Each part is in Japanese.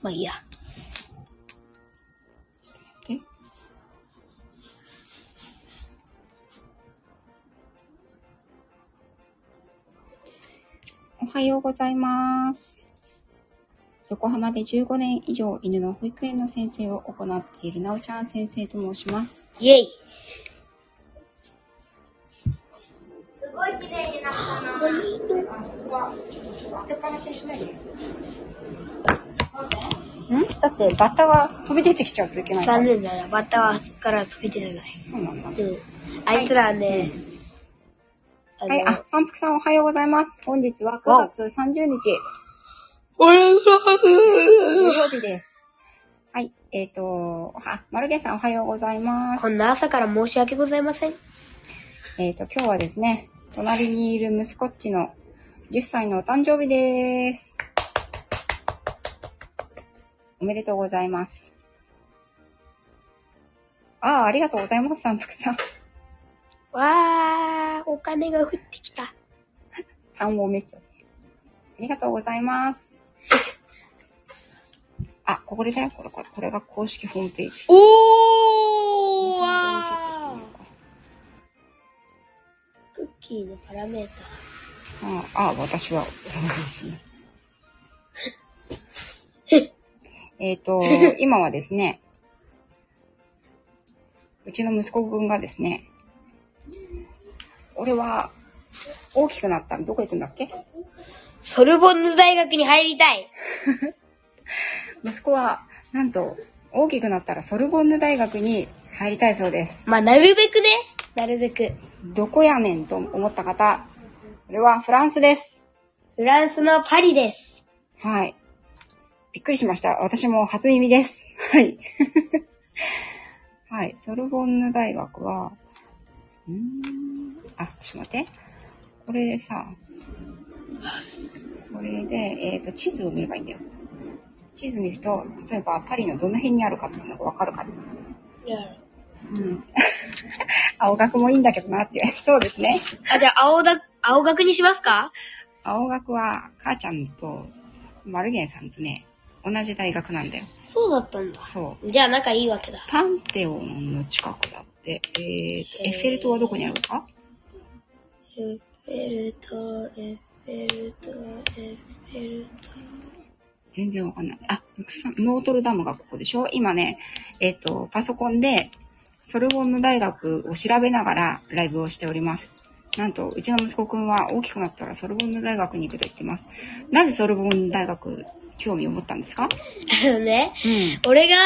まあいいや。えおはようございます。横浜で15年以上犬の保育園の先生を行っているなおちゃん先生と申します。イェイすごい綺麗になったな。開けっぱなしにしないで。んだってバッタが飛び出てきちゃうといけないから。残念だね。バッタはそっから飛び出れない。そうなんだ。うん。あいつらはね、あはい、あ、三福さんおはようございます。本日は9わお月30日、俺の土曜日です。はい、えっ、と、あ、マルゲンさんおはようございます。こんな朝から申し訳ございません。えっ、と、今日はですね、隣にいる息子っちの10歳のお誕生日です。おめでとうございます。ああ、ありがとうございます、三福さん。わー、お金が降ってきた。 3合目ってありがとうございます。あ、これだよ、これ、これ、これが公式ホームページ。おあクッキーのパラメータああ、私は、私ね。えっと、今はですね、うちの息子くんがですね、俺は、大きくなったらどこ行くんだっけー。ソルボンヌ大学に入りたい。息子は、なんと、大きくなったらソルボンヌ大学に入りたいそうです。まあ、なるべくね。なるべく。どこやねんと思った方、これはフランスです。フランスのパリです。はい。びっくりしました。私も初耳です。はい。はい。ソルボンヌ大学は、うーん。あ、ちょっと待って。これでさ、これで、えっ、と、地図を見ればいいんだよ。地図見ると、例えばパリのどの辺にあるかっていうのがわかるから。うん。 青学もいいんだけどなっていう。そうですね。あ、じゃあ、青だ、青学にしますか青学は、母ちゃんと、マルゲンさんとね、同じ大学なんだよ。そうだったんだ。そう。じゃあ、仲いいわけだ。パンテオンの近くだって。えーと、へーエッフェル塔はどこにあるのかエッフェル塔、エッフェル塔、エッフェル塔。全然わかんない。あ、ノートルダムがここでしょ今ね、えっ、と、パソコンで、ソルボンヌ大学を調べながらライブをしております。なんと、うちの息子くんは大きくなったらソルボンヌ大学に行くと言ってます。なぜソルボンヌ大学興味を持ったんですかあのね、うん。俺が、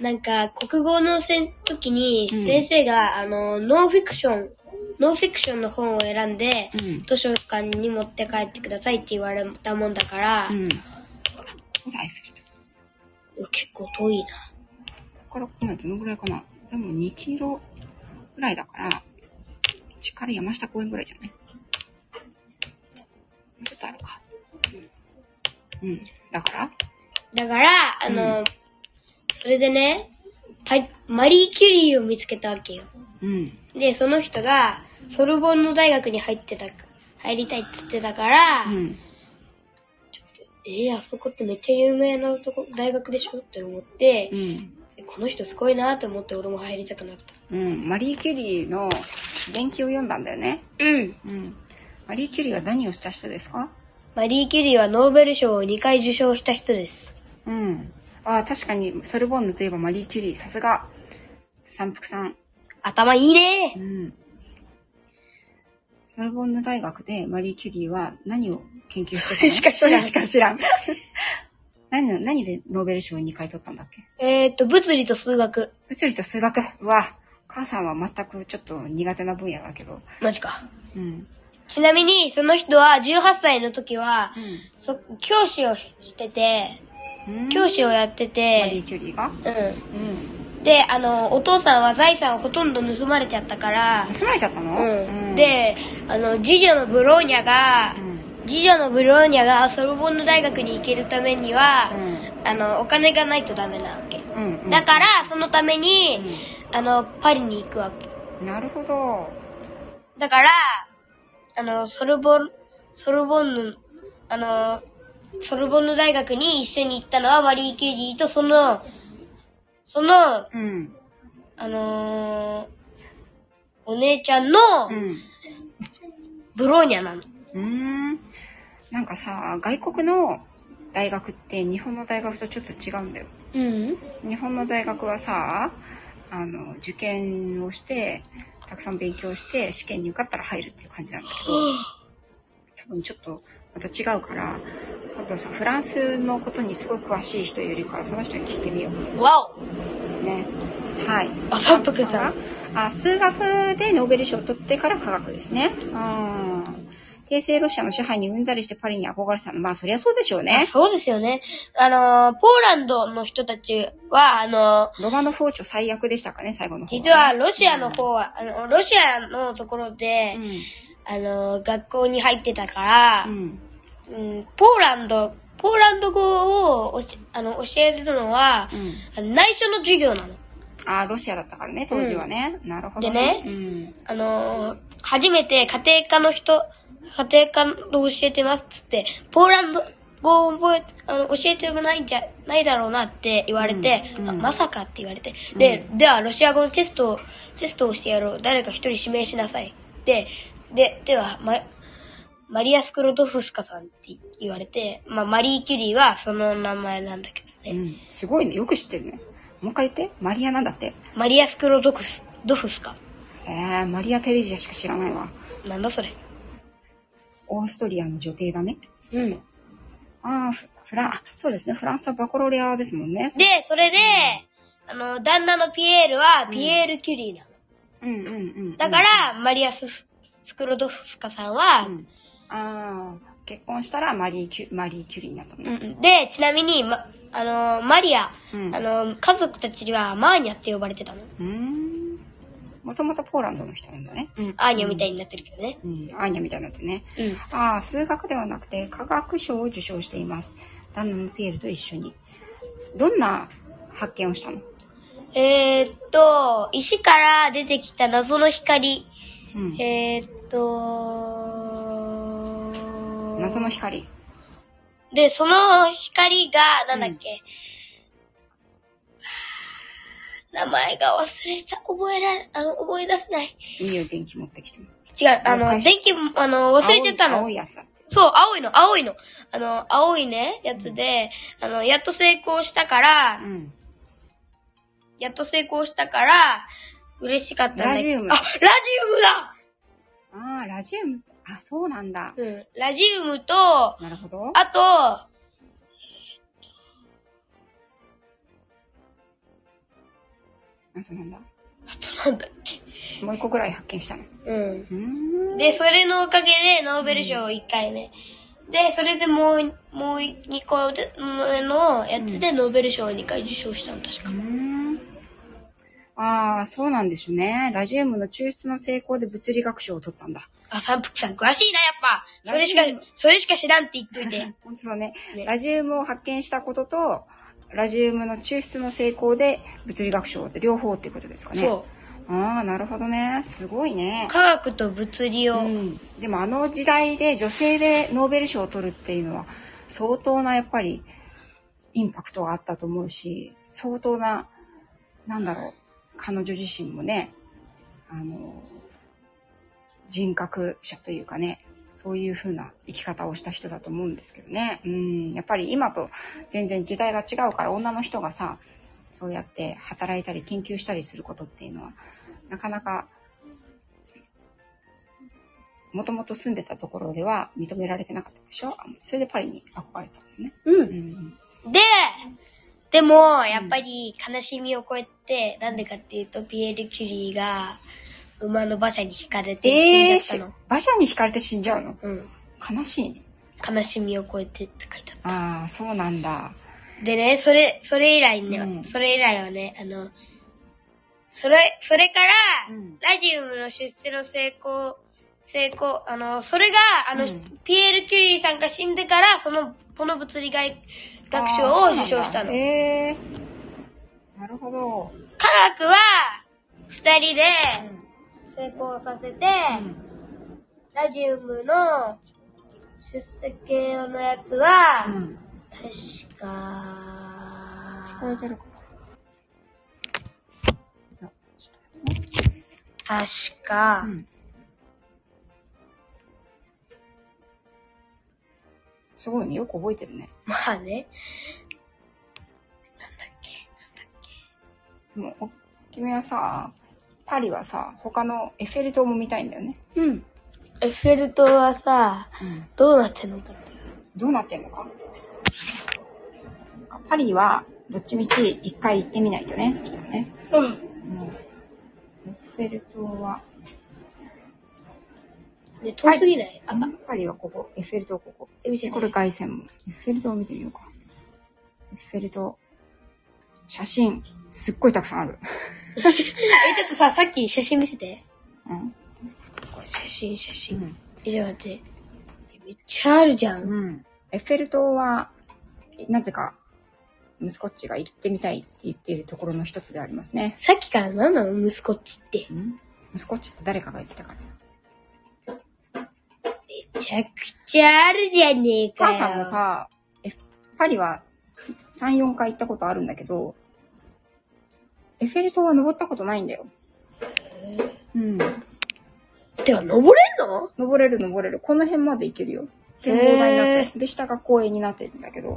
なんか、国語のせん時に、うん先生が、あの、ノンフィクション、ノンフィクションの本を選んで、うん。図書館に持って帰ってくださいって言われたもんだから、うん。ほらエッフェル塔結構遠いな。ここからここまでどのぐらいかなでも2キロぐらいだから、こっちから山下公園ぐらいじゃないもうちょっとあるか。うん。だからだから、あの、それでね、パマリー・キュリーを見つけたわけよ。うん。で、その人が、ソルボンヌ大学に入ってたか、入りたいって言ってたから、うん。えーあそこってめっちゃ有名なとこ、大学でしょって思ってう、ん。えこの人すごいなと思って俺も入りたくなった。うん。マリー・キュリーの伝記を読んだんだよね。うん。うん。マリー・キュリーは何をした人ですかマリー・キュリーはノーベル賞を2回受賞した人です。うん。ああ、確かに、ソルボンヌといえばマリー・キュリー、さすが、三福さん。頭いいねうん。ソルボンヌ大学でマリー・キュリーは何を研究してたのそ れしか知らんそれしか知らん。何の、何でノーベル賞を2回取ったんだっけえー、っと、物理と数学。物理と数学。うわ、母さんは全くちょっと苦手な分野だけど。マジか。うん。ちなみに、その人は18歳の時は、うそ教師をしてて、ん教師をやってマリー・て、キュリーがううん。ん。で、あの、お父さんは財産をほとんど盗まれちゃったから、盗まれちゃったのうん。、で、あの、次女のブローニャがう、ん。次女のブローニャがソルボンヌ大学に行けるためには、あの、お金がないとダメなわけ。うん。うん。だから、そのためうに、あの、パリに行くわけ。ん。なるほど。だから、あの、ソルボン、ソルボンヌ、あの、ソルボンヌ大学に一緒に行ったのはマリー・キュリーとその、その、うん。あのーお姉ちゃんのうん。ブローニャなの。うーん。なんかさ、外国の大学って日本の大学とちょっと違うんだよ。うん。日本の大学はさ、あの、受験をして、たくさん勉強して、試験に受かったら入るっていう感じなんだけど、多分ちょっとまた違うから、あとさ、フランスのことにすごい詳しい人いるから、その人に聞いてみよう。わおね。はい。あ、三福さん。あ数学でノーベル賞を取ってから科学ですね。うん。帝政ロシアの支配にうんざりしてパリに憧れてたの。まあ、そりゃそうでしょうね。そうですよね。あのーポーランドの人たちは、あのロマノフォーチョ最悪でしたかね、最後のー方、ね。実はロシアの方は、あの、ロシアのところでう、ん。あのー学校に入ってたからう、ん。うん、ポーランド、ポーランド語をおしあの教えるのはう、ん。あの内緒の授業なの。あーロシアだったからね、当時はね。なるほど、でね。あのー初めて家庭科の人、家庭科の教えてますっつって、ポーランド語を覚え、あの、教えてもないんじゃ、ないだろうなって言われて、うんあうんまさかって言われて、で、ではロシア語のテストを、テストをしてやろう。誰か一人指名しなさい。で、で、では、ま、マリア・スクロドフスカさんって言われて、まあ、マリー・キュリーはその名前なんだけうどん。うね。ん。すごいね。よく知ってるね。もう一回言って。マリアなんだって。マリア・スクロドフス、ドフスカ。えー、マリア・テレジアしか知らないわ。なんだそれ。オーストリアの女帝だね。うん。ああ、フフラン、あそうですね。フランスはバコロレアですもんね。で、それで、あの、旦那のピエールは、ピエール・キュリーなの。うんうんうんうん。だから、マリアス・スクロドフスカさんは、うんああ、結婚したらマリー・キュマリーキュリーになったのうね。んで、ちなみに、ま、あの、マリア、うんあの、家族たちには、マーニャって呼ばれてたの。うーん。もともとポーランドの人なんだね。うん、アーニャみたいになってるけどね。うん、アーニャみたいになってね。うん。ああ、数学ではなくて科学賞を受賞しています。旦那のピエールと一緒に。どんな発見をしたのえー、っと、石から出てきた謎の光。うん。えー、っと、謎の光。で、その光が、なんだっけ、名前が忘れた。覚えられ、あの、思い出せない。いいよ、電気持ってきても。違う、あ了の、解電気、あの、忘れちゃった青い青の。いやつだって。そう、青いの、青いの。あの、青いね、やつで、あの、やっと成功したからう、ん。やっと成功したから、嬉しかったんだラジウムあ、ラジウムだああ、ラジウム。あ、そうなんだ。うん、ラジウムと、なるほど。あと、あとなんだ。あとなんだっけ。もう一個ぐらい発見したの。うん。うーん。で、それのおかげでノーベル賞1回目。で、それでもう、もう2個目のやつでノーベル賞を2回受賞したの、確うか。ーんああ、そうなんですね。ラジウムの抽出の成功で物理学賞を取ったんだ。あ、三福さん詳しいな、やっぱ。それしかラジウム、それしか知らんって言っといて。本当だね。ねラジウムを発見したことと、ラジウムの抽出の成功で物理学賞って両方っていうことですかね。。そうああ、なるほどね。すごいねう。。科学と物理を。うん。でもあの時代で女性でノーベル賞を取るっていうのは、相当なやっぱりインパクトがあったと思うし、相当な、なんだろう、彼女自身もね、あの、人格者というかね、そういうふうな生き方をした人だと思うんですけどね。うん、やっぱり今と全然時代が違うから女の人がさ、そうやって働いたり研究したりすることっていうのは、なかなか、もともと住んでたところでは認められてなかったでしょあそれでパリに憧れたんだよね。う。うんん。で、でも、やっぱり悲しみを超えて、なんでかっていうと、ピエール・キュリーが馬の馬車に引かれてええ死んじゃったの。馬車に惹かれて死んじゃうのうん。悲しいね。悲しみを超えてって書いてあった。ああ、そうなんだ。でね、それ、それ以来ね、うんそれ以来はね、あの、それ、それから、うんラジウムの出世の成功、成功、あの、それが、あの、うんピエール・キュリーさんが死んでから、その、この物理学学賞を受賞したの。科ええー。なるほど。学は、二人で成功させて、ラジウムの出席用のやつは、うん。確か聞、こえてるかないやちょっと待ってね確か、うんすごいね。よく覚えてるね。まあね。なんだっけ、なんだっけ。もう、君はさ、パリはさ、他のエッフェル塔も見たいんだよね。うん。エッフェル塔はさ、うん。どうなってんのかっていう。どうなってんのかパリは、どっちみち一回行ってみないとね、そしたらね。うん。うん。エッフェル塔は、ね、遠すぎない、あパリはここ、エッフェル塔ここ。え見せてこれ外線も。エッフェル塔見てみようか。エッフェル塔。写真、すっごいたくさんある。え、ちょっとさ、さっき写真見せて。うん。写真、写う真。ん。え、ちょっと待って。めっちゃあるじゃん。うん。エッフェル塔は、なぜか、息子っちが行ってみたいって言っているところの一つでありますね。さっきから何なの息子っちって。うん息子っちって誰かが言ってたから。めちゃくちゃあるじゃねえおか母よ。さんもさ、エフパリは3、4回行ったことあるんだけど、エッフェル塔は登ったことないんだよ。うん。てか、登れんの登れる登れる。この辺まで行けるよ。展望台になってる。で、下が公園になってるんだけど。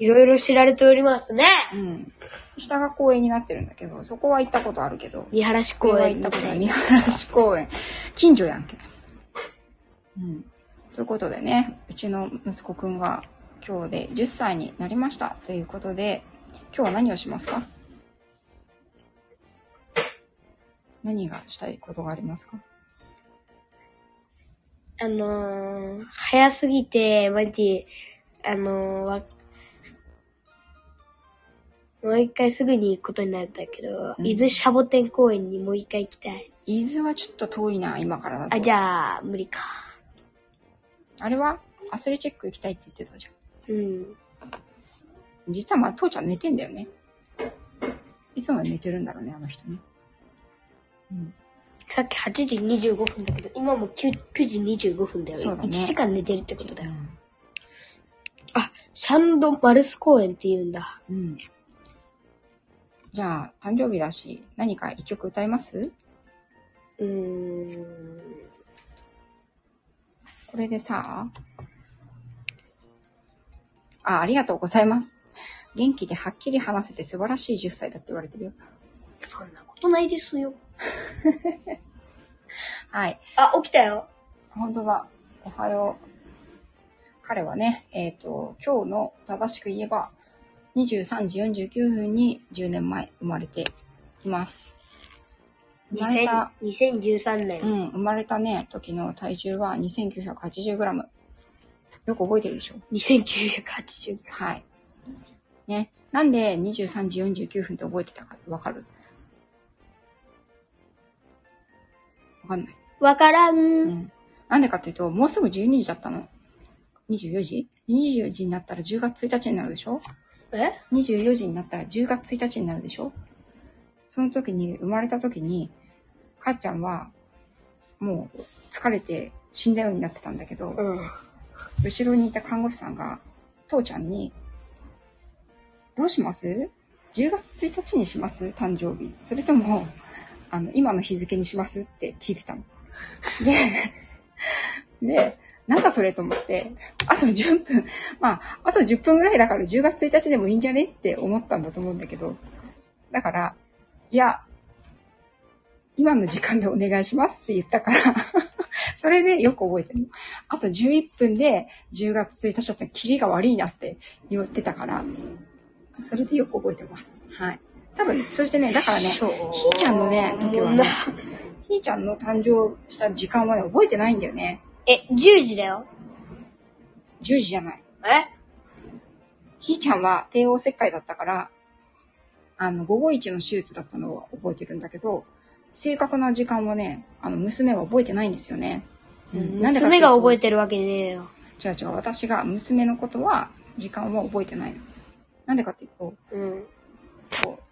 いろいろ知られておりますね。うん。下が公園になってるんだけど、そこは行ったことあるけど。三原市公公園園行っみたことたないい。に。見晴らし公園。近所やんけ。うん。ということでね、うちの息子くんが今日で10歳になりました。ということで、今日は何をしますか何がしたいことがありますかあのー、早すぎて、マジ、あのー、わもう一回すぐに行くことになるんだけど、うん伊豆シャボテン公園にもう一回行きたい。伊豆はちょっと遠いな、今からだと。あ、じゃあ、無理か。あれはアスレチック行きたいって言ってたじゃうん。ん。実はまあ、父ちゃん寝てんだよね。いつも寝てるんだろうね、あの人ね。うん。さっき8時25分だけど、今も 9, 9時25分だよ。そうだね1時間寝てるってことだうよ。んあ、サンドマルス公園って言うんだ。うん。じゃあ、誕生日だし、何か一曲歌いますうーん。これでさ、あ、ありがとうございます。元気ではっきり話せて素晴らしい10歳だって言われてるよ。そんなことないですよ。はい。あ、起きたよ。本当だ。おはよう。彼はね、えっ、と、今日の正しく言えば、23時49分に10年前生まれています。生まれた2000 2013年。うん、生まれたね、時の体重は 2980g。よく覚えてるでしょ2980はい。ね。なんで23時49分って覚えてたかわかるわかんない。わからん。うん。なんでかっていうと、もうすぐ12時だったの。24時 ?24 時になったら10月1日になるでしょえ ?24 時になったら10月1日になるでしょその時に、生まれた時に、母ちゃんは、もう疲れて死んだようになってたんだけど、うん。後ろにいた看護師さんが、父ちゃんに、どうします ?10 月1日にします誕生日。それとも、あの、今の日付にしますって聞いてたの。で、 で、なんだそれと思って、あと10分、まあ、あと10分ぐらいだから10月1日でもいいんじゃねって思ったんだと思うんだけど、だから、いや、今の時間でお願いしますって言ったから、 それでよく覚えてるの。あと11分で10月1日だったらキリが悪いなって言ってたから、それでよく覚えてます。はい。多分、そしてね、だからね、ひそうーちゃんのね、時はね、ひーちゃんの誕生した時間はね、覚えてないんだよね。え、10時だよ。 10時じゃない。えひーちゃんは帝王切開だったから、あの、午後一の手術だったのを覚えてるんだけど、正確な時間はね、あの、娘は覚えてないんですよね。うんなんでかってい娘うとが覚えてるわけねえよ。違う違う、私が娘のことは、時間は覚えてないの。なんでかっていうと、うん。こう、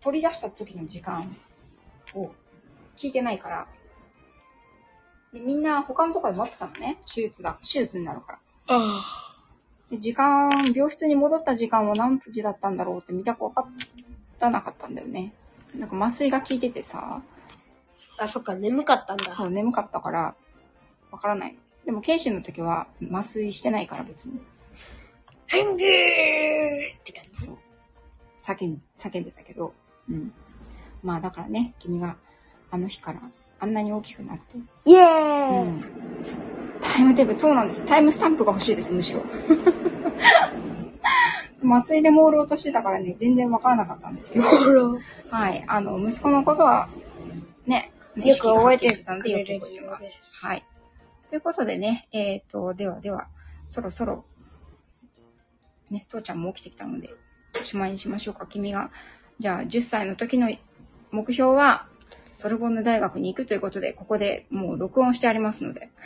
取り出した時の時間を聞いてないから、で、みんな他のところで待ってたのね。手術だ、手術になるから。あで、時間、病室に戻った時間は何時だったんだろうって見たく分からなかったんだよね。なんか麻酔が効いててさ、あ。あ、そっか、眠かったんだ。そう、眠かったから、分からない。でも、研修の時は麻酔してないから別に。ハングーって感じ。そう。叫ん、叫んでたけど、うん。まあだからね、君があの日からあんなに大きくなって、イエうーイ、ん。タイムテーブル、そうなんです。タイムスタンプが欲しいです、むしろ。 麻酔で朦朧としてたからね、全然わからなかったんですけ ど。ほら。はい。あの、息子のことは、ね、ねよく覚えて意識がはっきりしてたんで、よくく覚えれててるまのすで。はい。ということでね、えっ、と、ではでは、そろそろ、ね、父ちゃんも起きてきたので、おしまいにしましょうか。君が、じゃあ、10歳の時の目標は、ソルボンヌ大学に行くということで、ここでもう録音してありますので。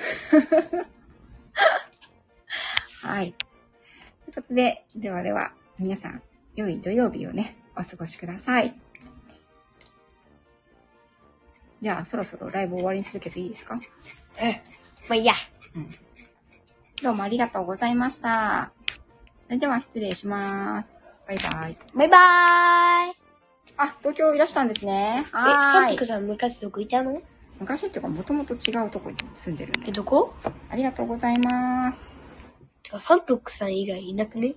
はい。ということで、ではでは、皆さん、良い土曜日をね、お過ごしください。じゃあ、そろそろライブ終わりにするけどいいですかうん。まあいいや。どうもありがとうございました。それでは失礼します。バイバイ。バイバーイ。あ、東京いらしたんですね。え、はサンープクい。さん昔どこいたの昔っていうか、もともと違うとこに住んでるんえ、で。どこありがとうございます。てか、サンプクさん以外いなくね